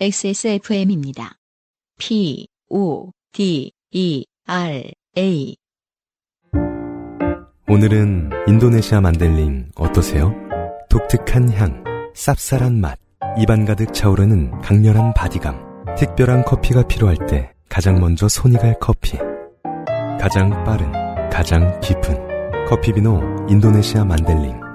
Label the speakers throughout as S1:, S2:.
S1: XSFM입니다. P, O, D, E, R, A.
S2: 오늘은 인도네시아 만델링 어떠세요? 독특한 향, 쌉쌀한 맛, 입안 가득 차오르는 강렬한 바디감. 특별한 커피가 필요할 때 가장 먼저 손이 갈 커피. 가장 빠른, 가장 깊은. 커피비노 인도네시아 만델링.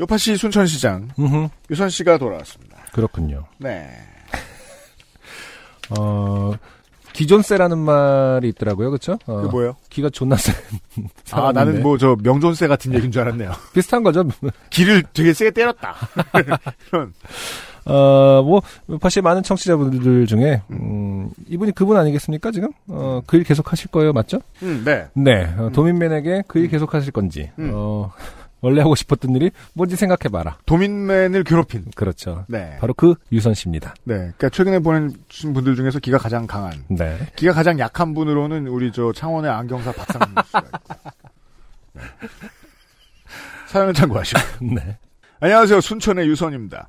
S3: 요파 씨 순천시장
S4: 음흠,
S3: 유선 씨가 돌아왔습니다.
S4: 그렇군요.
S3: 네.
S4: 어, 기존세라는 말이 있더라고요, 그렇죠?
S3: 그 뭐예요?
S4: 기가 존나 세.
S3: 아 나는 뭐 저 명존세 같은 얘기인 줄 알았네요.
S4: 비슷한 거죠.
S3: 길을 되게 세게 때렸다. 이런.
S4: 어, 뭐 사실 많은 청취자분들 중에 음, 이분이 그분 아니겠습니까? 지금 어, 그 일 계속 하실 거예요, 맞죠?
S3: 음, 네.
S4: 네, 어, 도민맨에게 그 일 계속 하실 건지.
S3: 음.
S4: 어, 원래 하고 싶었던 일이 뭔지 생각해봐라.
S3: 도민맨을 괴롭힌.
S4: 그렇죠.
S3: 네.
S4: 바로 그 유선 씨입니다.
S3: 네. 그러니까 최근에 보내주신 분들 중에서 기가 가장 강한,
S4: 네.
S3: 기가 가장 약한 분으로는 우리 저 창원의 안경사 박상민 씨가 있고. 네. 사연을 참고하시고.
S4: 네.
S3: 안녕하세요. 순천의 유선입니다.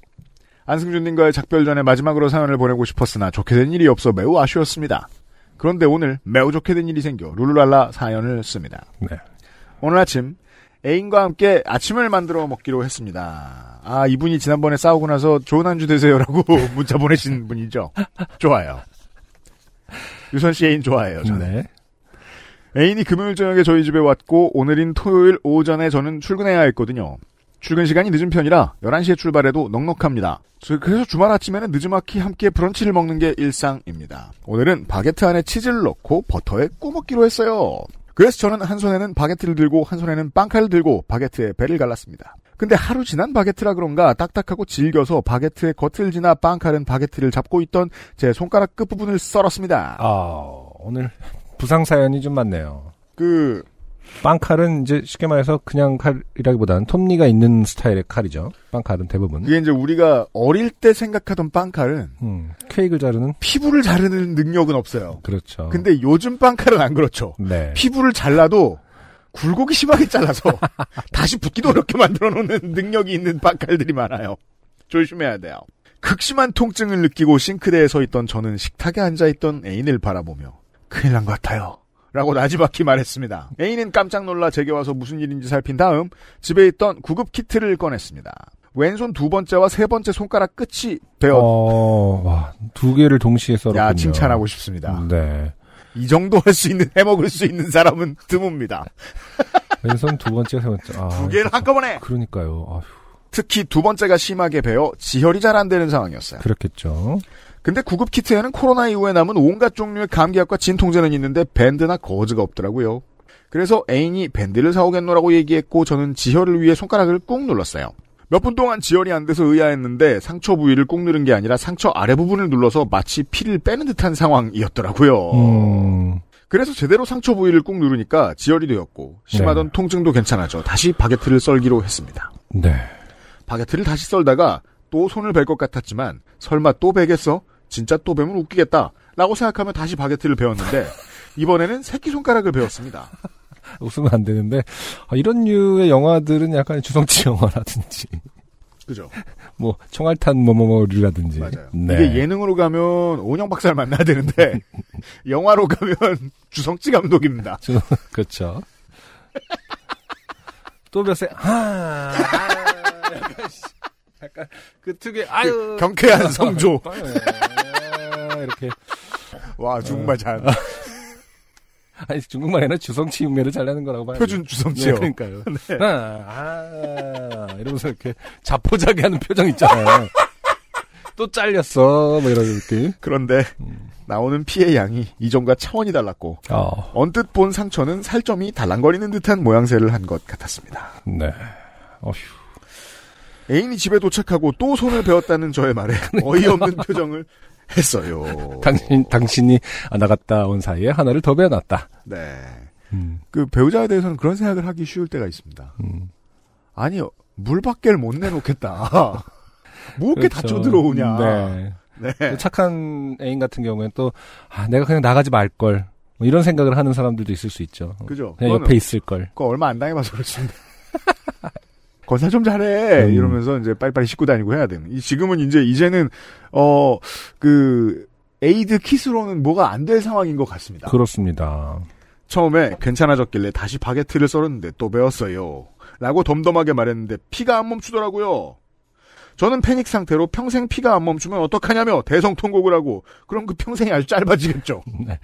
S3: 안승준님과의 작별 전에 마지막으로 사연을 보내고 싶었으나 좋게 된 일이 없어 매우 아쉬웠습니다. 그런데 오늘 매우 좋게 된 일이 생겨 룰루랄라 사연을 씁니다.
S4: 네.
S3: 오늘 아침 애인과 함께 아침을 만들어 먹기로 했습니다. 아 이분이 지난번에 싸우고 나서 좋은 한 주 되세요라고 문자 보내신 분이죠. 좋아요. 유선 씨 애인 좋아해요. 저는.
S4: 네.
S3: 애인이 금요일 저녁에 저희 집에 왔고 오늘인 토요일 오전에 저는 출근해야 했거든요. 출근 시간이 늦은 편이라 11시에 출발해도 넉넉합니다. 저- 그래서 주말 아침에는 늦지막히 함께 브런치를 먹는 게 일상입니다. 오늘은 바게트 안에 치즈를 넣고 버터에 꾸먹기로 했어요. 그래서 저는 한 손에는 바게트를 들고 한 손에는 빵칼을 들고 바게트에 배를 갈랐습니다. 근데 하루 지난 바게트라 그런가 딱딱하고 질겨서 바게트의 겉을 지나 빵칼은 바게트를 잡고 있던 제 손가락 끝부분을 썰었습니다.
S4: 아, 오늘 부상 사연이 좀 많네요.
S3: 그
S4: 빵칼은 이제 쉽게 말해서 그냥 칼이라기보다는 톱니가 있는 스타일의 칼이죠. 빵칼은 대부분.
S3: 그게 이제 우리가 어릴 때 생각하던 빵칼은
S4: 음, 케이크를 자르는
S3: 피부를 자르는 능력은 없어요.
S4: 그렇죠.
S3: 근데 요즘 빵칼은 안 그렇죠.
S4: 네.
S3: 피부를 잘라도 굴곡이 심하게 잘라서 다시 붙기도 어렵게 만들어 놓는 능력이 있는 빵칼들이 많아요. 조심해야 돼요. 극심한 통증을 느끼고 싱크대에 서 있던 저는 식탁에 앉아 있던 애인을 바라보며 큰일 난 것 같아요. 라고 나지막히 말했습니다. 애인은 깜짝 놀라 제게 와서 무슨 일인지 살핀 다음 집에 있던 구급 키트를 꺼냈습니다. 왼손 두 번째와 세 번째 손가락 끝이 되어
S4: 어, 와, 두 개를 동시에 썰었군요.
S3: 야 칭찬하고 싶습니다.
S4: 네.
S3: 이 정도 할 수 있는 해먹을 수 있는 사람은 드뭅니다.
S4: 왼손 두 번째, 세 번째. 아,
S3: 두 개를 한꺼번에
S4: 그러니까요. 아휴,
S3: 특히 두 번째가 심하게 베어 지혈이 잘 안 되는 상황이었어요.
S4: 그렇겠죠.
S3: 근데 구급 키트에는 코로나 이후에 남은 온갖 종류의 감기약과 진통제는 있는데 밴드나 거즈가 없더라고요. 그래서 애인이 밴드를 사오겠노라고 얘기했고 저는 지혈을 위해 손가락을 꾹 눌렀어요. 몇 분 동안 지혈이 안 돼서 의아했는데 상처 부위를 꾹 누른 게 아니라 상처 아래 부분을 눌러서 마치 피를 빼는 듯한 상황이었더라고요.
S4: 음,
S3: 그래서 제대로 상처 부위를 꾹 누르니까 지혈이 되었고 심하던 통증도 괜찮아져 다시 바게트를 썰기로 했습니다.
S4: 네.
S3: 바게트를 다시 썰다가 또 손을 벨 것 같았지만 설마 또 베겠어? 진짜 또 베면 웃기겠다. 라고 생각하며 다시 바게트를 베었는데 이번에는 새끼손가락을 베었습니다.
S4: 웃으면 안 되는데, 아, 이런 류의 영화들은 약간 주성치 영화라든지,
S3: 그죠?
S4: 뭐, 청알탄 뭐뭐뭐류라든지.
S3: 맞아요.
S4: 네.
S3: 이게 예능으로 가면 온영 박사를 만나야 되는데 영화로 가면 주성치 감독입니다.
S4: 저- 그렇죠. 또 몇 세, 아, 아, 약간, 씨, 약간, 그 특유의, 아유.
S3: 경쾌한 성조.
S4: 아, 이렇게.
S3: 와 정말 잘
S4: 아, 아니, 중국말에는 주성치 음매를 잘 내는 거라고 봐요.
S3: 표준
S4: 네,
S3: 주성치요. 네.
S4: 그러니까요. 아, 아, 이러면서 이렇게 자포자기 하는 표정 있잖아요. 또 잘렸어. 뭐 이런 느낌.
S3: 그런데
S4: 음.
S3: 나오는 피해 양이 이전과 차원이 달랐고
S4: 어,
S3: 언뜻 본 상처는 살점이 달랑거리는 듯한 모양새를 한 것 같았습니다.
S4: 네. 어휴.
S3: 애인이 집에 도착하고 또 손을 베었다는 저의 말에 어이없는 표정을 했어요.
S4: 그러니까. 당신, 당신이 나갔다 온 사이에 하나를 더 배워놨다.
S3: 네.
S4: 음.
S3: 그 배우자에 대해서는 그런 생각을 하기 쉬울 때가 있습니다.
S4: 음.
S3: 아니, 물 밖을 못 내놓겠다. 뭐 이렇게 다
S4: 그렇죠.
S3: 쳐들어오냐.
S4: 네.
S3: 네.
S4: 또 착한 애인 같은 경우에는 또, 아, 내가 그냥 나가지 말걸. 뭐 이런 생각을 하는 사람들도 있을 수 있죠.
S3: 그죠?
S4: 그냥
S3: 그거는
S4: 옆에 있을걸.
S3: 그거 얼마 안 당해봐서 그렇습니다. 건사 좀 잘해
S4: 음.
S3: 이러면서 이제 빨리빨리 씻고 다니고 해야 되는. 이- 지금은 이제 이제는 어 그 에이드 킷으로는 뭐가 안 될 상황인 것 같습니다.
S4: 그렇습니다.
S3: 처음에 괜찮아졌길래 다시 바게트를 썰었는데 또 배웠어요. 라고 덤덤하게 말했는데 피가 안 멈추더라고요. 저는 패닉 상태로 평생 피가 안 멈추면 어떡하냐며 대성통곡을 하고 그럼 그 평생이 아주 짧아지겠죠.
S4: 네.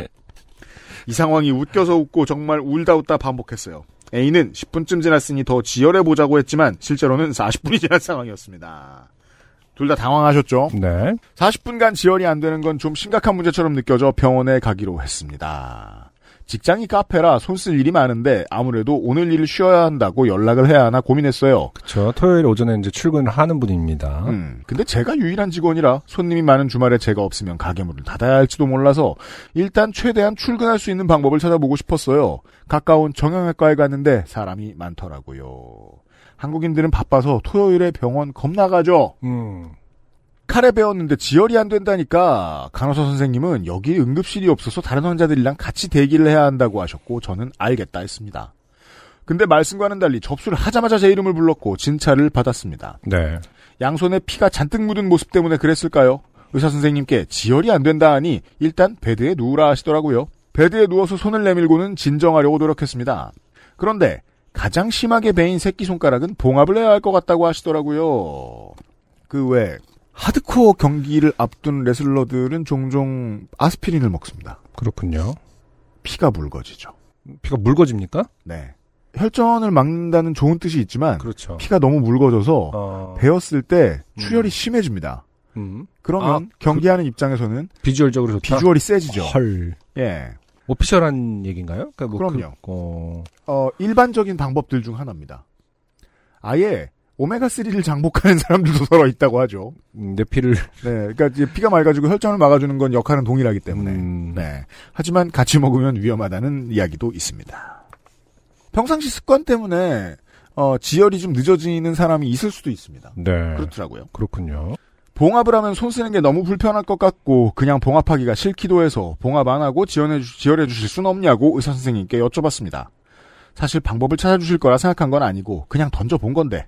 S3: 이 상황이 웃겨서 웃고 정말 울다 웃다 반복했어요. A는 10분쯤 지났으니 더 지혈해보자고 했지만 실제로는 40분이 지난 상황이었습니다. 둘 다 당황하셨죠?
S4: 네.
S3: 40분간 지혈이 안 되는 건 좀 심각한 문제처럼 느껴져 병원에 가기로 했습니다. 직장이 카페라 손 쓸 일이 많은데 아무래도 오늘 일 쉬어야 한다고 연락을 해야 하나 고민했어요.
S4: 그쵸. 토요일 오전에 이제 출근을 하는 분입니다.
S3: 음, 근데 제가 유일한 직원이라 손님이 많은 주말에 제가 없으면 가게문을 닫아야 할지도 몰라서 일단 최대한 출근할 수 있는 방법을 찾아보고 싶었어요. 가까운 정형외과에 갔는데 사람이 많더라고요. 한국인들은 바빠서 토요일에 병원 겁나 가죠.
S4: 음.
S3: 칼에 베었는데 지혈이 안 된다니까 간호사 선생님은 여기 응급실이 없어서 다른 환자들이랑 같이 대기를 해야 한다고 하셨고 저는 알겠다 했습니다. 근데 말씀과는 달리 접수를 하자마자 제 이름을 불렀고 진찰을 받았습니다.
S4: 네.
S3: 양손에 피가 잔뜩 묻은 모습 때문에 그랬을까요? 의사 선생님께 지혈이 안 된다 하니 일단 베드에 누우라 하시더라고요. 베드에 누워서 손을 내밀고는 진정하려고 노력했습니다. 그런데 가장 심하게 베인 새끼손가락은 봉합을 해야 할 것 같다고 하시더라고요. 그 외 하드코어 경기를 앞둔 레슬러들은 종종 아스피린을 먹습니다.
S4: 그렇군요.
S3: 피가 묽어지죠.
S4: 피가 묽어집니까?
S3: 네. 혈전을 막는다는 좋은 뜻이 있지만
S4: 그렇죠.
S3: 피가 너무 묽어져서
S4: 어.
S3: 베었을 때 출혈이
S4: 음.
S3: 심해집니다.
S4: 음.
S3: 그러면
S4: 아,
S3: 경기하는 입장에서는
S4: 비주얼적으로 좋다.
S3: 비주얼이 세지죠.
S4: 헐.
S3: 예.
S4: 오피셜한 얘기인가요? 그러니까 뭐
S3: 그럼요.
S4: 그, 어,
S3: 어, 일반적인 방법들 중 하나입니다. 아예 오메가3를 장복하는 사람들도 서로 있다고 하죠.
S4: 음, 내 피를
S3: 네. 그러니까 이제 피가 맑아지고 혈전을 막아주는 건 역할은 동일하기 때문에.
S4: 음,
S3: 네. 하지만 같이 먹으면 위험하다는 이야기도 있습니다. 평상시 습관 때문에 어, 지혈이 좀 늦어지는 사람이 있을 수도 있습니다.
S4: 네.
S3: 그렇더라고요.
S4: 그렇군요.
S3: 봉합을 하면 손 쓰는 게 너무 불편할 것 같고 그냥 봉합하기가 싫기도 해서 봉합 안 하고 지원해 주, 지혈해 주실 순 없냐고 의사 선생님께 여쭤봤습니다. 사실 방법을 찾아주실 거라 생각한 건 아니고 그냥 던져본 건데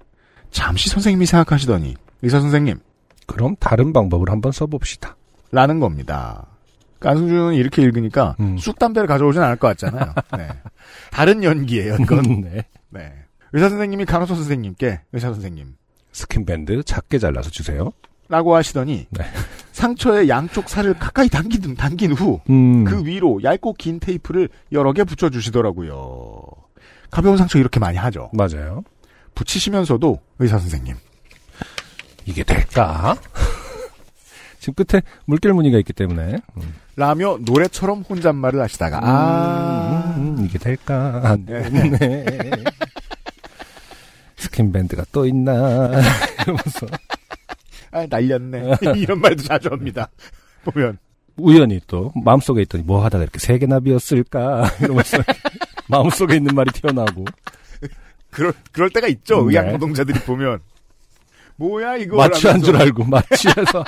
S3: 잠시 선생님이 생각하시더니 의사 선생님
S4: 그럼 다른 방법을 한번 써봅시다.
S3: 라는 겁니다. 안승준은 이렇게 읽으니까
S4: 음.
S3: 쑥 담배를 가져오진 않을 것 같잖아요. 네. 다른 연기예요. 이건
S4: 네.
S3: 네. 의사 선생님이 간호사 선생님께 의사 선생님
S4: 스킨밴드 작게 잘라서 주세요.
S3: 라고 하시더니
S4: 네.
S3: 상처의 양쪽 살을 가까이 당긴, 당긴 후
S4: 음.
S3: 그 위로 얇고 긴 테이프를 여러 개 붙여주시더라고요. 가벼운 상처 이렇게 많이 하죠.
S4: 맞아요.
S3: 붙이시면서도 의사 선생님.
S4: 이게 될까? 지금 끝에 물결 무늬가 있기 때문에. 음.
S3: 라며 노래처럼 혼잣말을 하시다가 아
S4: 음, 음, 이게 될까? 안
S3: 네.
S4: 되네. 스킨밴드가 또 있나? 이러면서.
S3: 아, 날렸네 이런 말도 자주 합니다. 보면
S4: 우연히 또 마음속에 있더니 뭐 하다가 이렇게 세 개나 비었을까? 이러면서 마음속에 있는 말이 튀어나오고.
S3: 그럴 그럴 때가 있죠.
S4: 네.
S3: 의학 노동자들이 보면 뭐야 이거
S4: 마취한
S3: 라면서
S4: 줄 알고 마취해서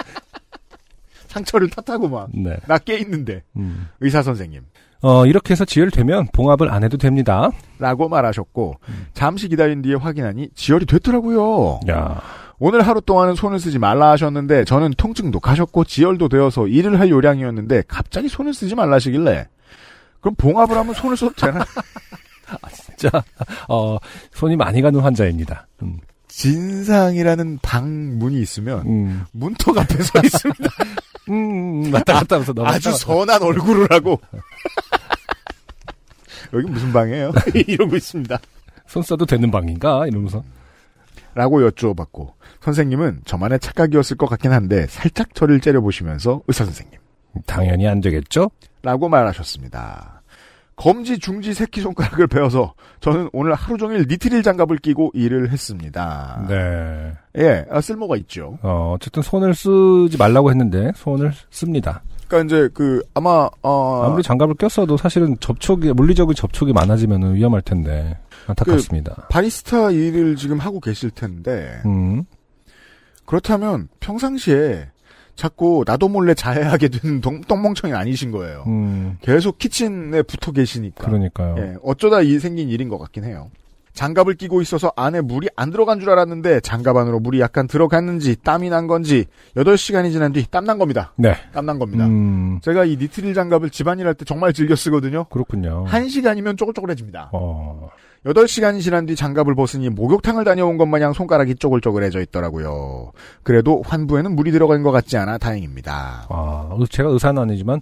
S3: 상처를 탓하고 막
S4: 네.
S3: 나 깨 있는데
S4: 음.
S3: 의사 선생님.
S4: 어 이렇게 해서 지혈되면 봉합을 안 해도 됩니다.
S3: 라고 말하셨고
S4: 음.
S3: 잠시 기다린 뒤에 확인하니 지혈이 됐더라고요.
S4: 야
S3: 오늘 하루 동안은 손을 쓰지 말라 하셨는데 저는 통증도 가셨고 지혈도 되어서 일을 할 요량이었는데 갑자기 손을 쓰지 말라 하시길래 그럼 봉합을 하면 손을 써도 되나?
S4: 진짜 어 손이 많이 가는 환자입니다. 음.
S3: 진상이라는 방문이 있으면
S4: 음.
S3: 문턱 앞에 서 있습니다.
S4: 음, 음, 왔다 갔다 하면서 넘어갔다
S3: 아주
S4: 왔다.
S3: 선한 얼굴을 하고 여기 무슨 방이에요? 이러고 있습니다.
S4: 손 써도 되는 방인가 이러면서
S3: 라고 여쭈어봤고 선생님은 저만의 착각이었을 것 같긴 한데 살짝 저를 째려보시면서 의사 선생님
S4: 당연히 안 되겠죠.
S3: 라고 말하셨습니다. 검지, 중지, 새끼손가락을 베어서 저는 오늘 하루 종일 니트릴 장갑을 끼고 일을 했습니다.
S4: 네.
S3: 예, 아, 쓸모가 있죠.
S4: 어 어쨌든 손을 쓰지 말라고 했는데 손을 씁니다.
S3: 그러니까 이제 그 아마 어,
S4: 아무리 장갑을 꼈어도 사실은 접촉이 물리적인 접촉이 많아지면 위험할 텐데 안타깝습니다.
S3: 바리스타 일을 지금 하고 계실 텐데
S4: 음.
S3: 그렇다면 평상시에 자꾸 나도 몰래 자해하게 되는 동- 똥멍청이 아니신 거예요.
S4: 음.
S3: 계속 키친에 붙어 계시니까.
S4: 그러니까요.
S3: 예, 어쩌다 이 생긴 일인 것 같긴 해요. 장갑을 끼고 있어서 안에 물이 안 들어간 줄 알았는데 장갑 안으로 물이 약간 들어갔는지 땀이 난 건지 8시간이 지난 뒤 땀 난 겁니다.
S4: 네.
S3: 땀 난 겁니다.
S4: 음,
S3: 제가 이 니트릴 장갑을 집안일 할 때 정말 즐겨 쓰거든요.
S4: 그렇군요.
S3: 한시간이면 쪼글쪼글해집니다.
S4: 어,
S3: 8시간이 지난 뒤 장갑을 벗으니 목욕탕을 다녀온 것 마냥 손가락이 쪼글쪼글해져 있더라고요. 그래도 환부에는 물이 들어간 것 같지 않아 다행입니다.
S4: 아, 제가 의사는 아니지만,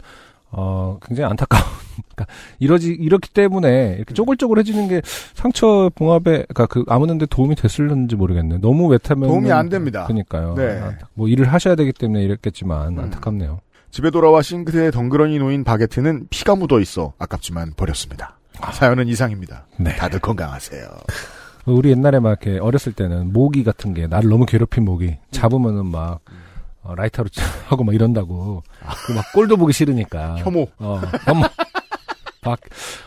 S4: 어, 굉장히 안타까운. 그러니까 이러지, 이렇기 때문에
S3: 음.
S4: 이렇게 쪼글쪼글해지는 게 상처 봉합에, 그러니까 그 아무는데 도움이 됐을는지 모르겠네. 너무 왜타면.
S3: 도움이 안 됩니다.
S4: 그니까요.
S3: 네.
S4: 뭐 일을 하셔야 되기 때문에 이랬겠지만,
S3: 음.
S4: 안타깝네요.
S3: 집에 돌아와 싱크대에 덩그러니 놓인 바게트는 피가 묻어 있어 아깝지만 버렸습니다. 사연은 이상입니다.
S4: 네.
S3: 다들 건강하세요.
S4: 뭐 우리 옛날에 막 이렇게 어렸을 때는 모기 같은 게 나를 너무 괴롭힌 모기 잡으면은 막 어, 라이터로 하고 막 이런다고 그 막 꼴도 보기 싫으니까
S3: 혐오.
S4: 어, 혐오. 박,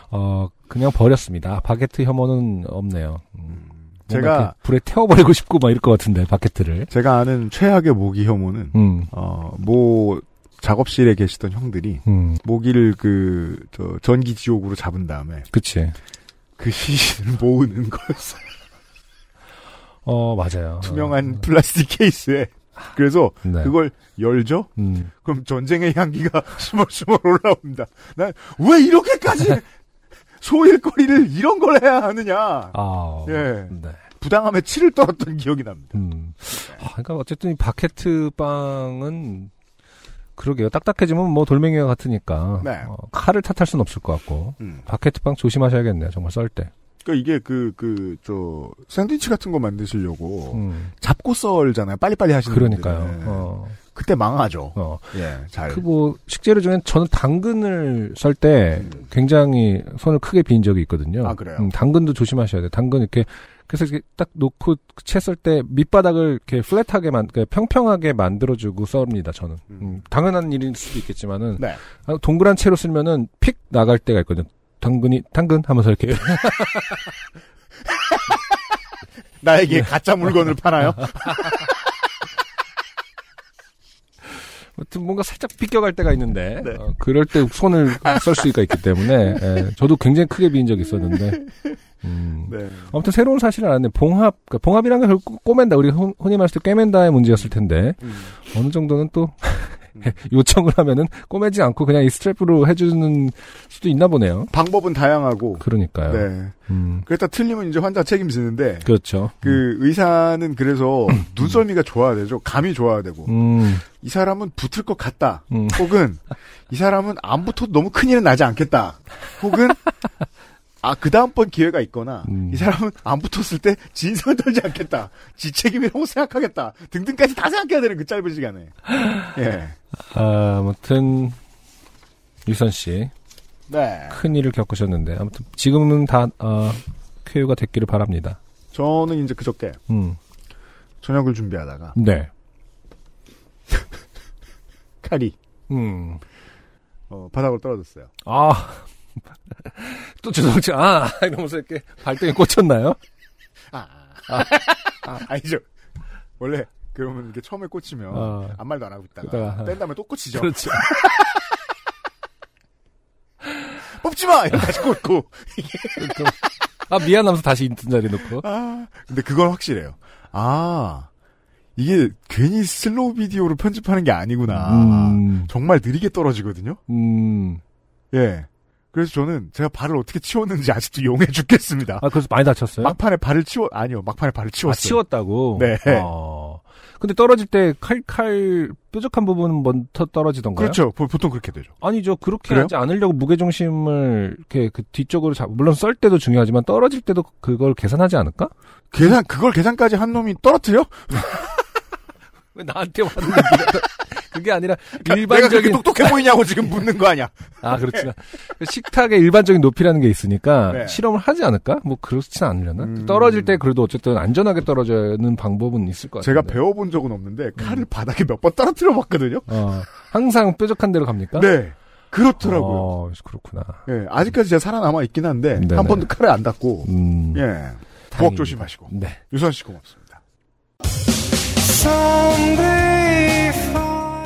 S4: 어, 그냥 버렸습니다. 바게트 혐오는 없네요. 음, 뭔가
S3: 제가-
S4: 이렇게 불에 태워버리고 싶고 막 이럴 것 같은데 바게트를.
S3: 제가 아는 최악의 모기 혐오는
S4: 음,
S3: 어, 모 작업실에 계시던 형들이
S4: 음,
S3: 모기를 그 저, 전기 지옥으로 잡은 다음에
S4: 그치.
S3: 그 시신을 모으는 거였어요.
S4: 어, 맞아요.
S3: 투명한 플라스틱 케이스에. 그래서
S4: 어, 네.
S3: 그걸 열죠?
S4: 음,
S3: 그럼 전쟁의 향기가 스멀스멀 올라옵니다. 난 왜 이렇게까지 소일거리를 이런 걸 해야 하느냐.
S4: 아, 어,
S3: 예.
S4: 네.
S3: 부당함에 치를 떨었던 기억이 납니다.
S4: 음. 아, 그러니까 어쨌든 이 바게트 빵은 그러게요. 딱딱해지면 뭐 돌멩이와 같으니까
S3: 네.
S4: 어, 칼을 탓할 순 없을 것 같고
S3: 음.
S4: 바게트 빵 조심하셔야겠네요. 정말 썰 때.
S3: 그러니까 이게 그 그 저 샌드위치 같은 거 만드시려고
S4: 음.
S3: 잡고 썰잖아요. 빨리빨리 하시는 분들은. 네.
S4: 그러니까요. 어,
S3: 그때 망하죠.
S4: 어.
S3: 예, 잘.
S4: 그 뭐 식재료 중에 저는 당근을 썰
S3: 음.
S4: 때 굉장히 손을 크게 빈 적이 있거든요.
S3: 아, 그래요?
S4: 음, 당근도 조심하셔야 돼요. 당근 이렇게 그래서 이렇게 딱 놓고 채 썰 때 밑바닥을 이렇게 플랫하게만 그러니까 평평하게 만들어주고 썹니다. 저는
S3: 음.
S4: 음, 당연한 일일 수도 있겠지만은
S3: 네.
S4: 아, 동그란 채로 쓸면은 픽 나갈 때가 있거든요. 당근이 당근 하면서 이렇게
S3: 나에게
S4: 네.
S3: 가짜 물건을 파나요?
S4: 아무튼 뭔가 살짝 삐껴갈 때가 있는데
S3: 네.
S4: 어, 그럴 때 손을 썰 수가 있기 때문에 예, 저도 굉장히 크게 비인 적이 있었는데 음,
S3: 네.
S4: 아무튼 새로운 사실을 알았네. 봉합, 그러니까 봉합이란 게 결국 꼬맨다. 우리 흔- 흔히 말해서 깨맨다의 문제였을 텐데
S3: 음.
S4: 어느 정도는 또 요청을 하면은 꼬매지 않고 그냥 이 스트랩으로 해주는 수도 있나 보네요.
S3: 방법은 다양하고.
S4: 그러니까요.
S3: 네.
S4: 음,
S3: 그랬다 틀리면 이제 환자 책임지는데
S4: 그렇죠.
S3: 그 의사는 그래서 눈썰미가 좋아야 되죠. 감이 좋아야 되고.
S4: 음,
S3: 이 사람은 붙을 것 같다.
S4: 음.
S3: 혹은 이 사람은 안 붙어도 너무 큰일은 나지 않겠다. 혹은 아, 그 다음번 기회가 있거나,
S4: 음.
S3: 이 사람은 안 붙었을 때 진성을 떨지 않겠다. 지책임이라고 생각하겠다. 등등까지 다 생각해야 되는 그 짧은 시간에. 예.
S4: 아, 아무튼 유선 씨
S3: 네.
S4: 큰 일을 겪으셨는데 아무튼 지금은 다 어, 쾌유가 됐기를 바랍니다.
S3: 저는 이제 그저께
S4: 음,
S3: 저녁을 준비하다가,
S4: 네.
S3: 칼이,
S4: 음,
S3: 어, 바닥으로 떨어졌어요.
S4: 아. 또 죄송하지, 아! 이러면서 이렇게 발등에 꽂혔나요?
S3: 아. 아. 니죠 원래, 그러면 이게 처음에 꽂히면,
S4: 아.
S3: 아무 말도 안 하고 어. 있다가,
S4: 그러다가,
S3: 뺀 다음에 또 꽂히죠.
S4: 그렇죠.
S3: 뽑지 마! 이러고 다시 꽂고.
S4: 그럼, 아 미안하면서 다시 있던 자리에 놓고
S3: 아, 근데 그건 확실해요. 아, 이게 괜히 슬로우 비디오로 편집하는 게 아니구나.
S4: 음,
S3: 정말 느리게 떨어지거든요?
S4: 음.
S3: 예. 그래서 저는 제가 발을 어떻게 치웠는지 아직도 용해 죽겠습니다.
S4: 아 그래서 많이 다쳤어요?
S3: 막판에 발을 치워, 아니요, 막판에 발을 치웠어요.
S4: 아, 치웠다고?
S3: 네.
S4: 어. 근데 떨어질 때 칼칼 뾰족한 부분은 먼저 떨어지던가요?
S3: 그렇죠. 보- 보통 그렇게 되죠.
S4: 아니죠. 그렇게
S3: 그래요?
S4: 하지 않으려고 무게중심을 이렇게 그 뒤쪽으로 잡, 물론 썰 때도 중요하지만 떨어질 때도 그걸 계산하지 않을까?
S3: 계산, 그걸 계산까지 한 놈이 떨어뜨려?
S4: 왜 나한테 왔는 얘기가 그게 아니라
S3: 내가 그렇게
S4: 일반적인
S3: 똑똑해 보이냐고 지금 묻는 거 아니야.
S4: 아 그렇구나 식탁의 일반적인 높이라는 게 있으니까
S3: 네.
S4: 실험을 하지 않을까? 뭐 그렇진 않으려나?
S3: 음.
S4: 떨어질 때 그래도 어쨌든 안전하게 떨어지는 방법은 있을 것
S3: 제가
S4: 같아요.
S3: 배워본 적은
S4: 음.
S3: 없는데, 칼을 바닥에 몇 번 떨어뜨려 봤거든요?
S4: 어, 항상 뾰족한 데로 갑니까?
S3: 네. 그렇더라고요.
S4: 어, 그렇구나.
S3: 예, 아직까지 제가 살아남아 있긴 한데, 한
S4: 네네.
S3: 번도 칼에 안 닿고,
S4: 음.
S3: 예. 부엌
S4: 다행입니다.
S3: 조심하시고.
S4: 네.
S3: 유선 씨 고맙습니다.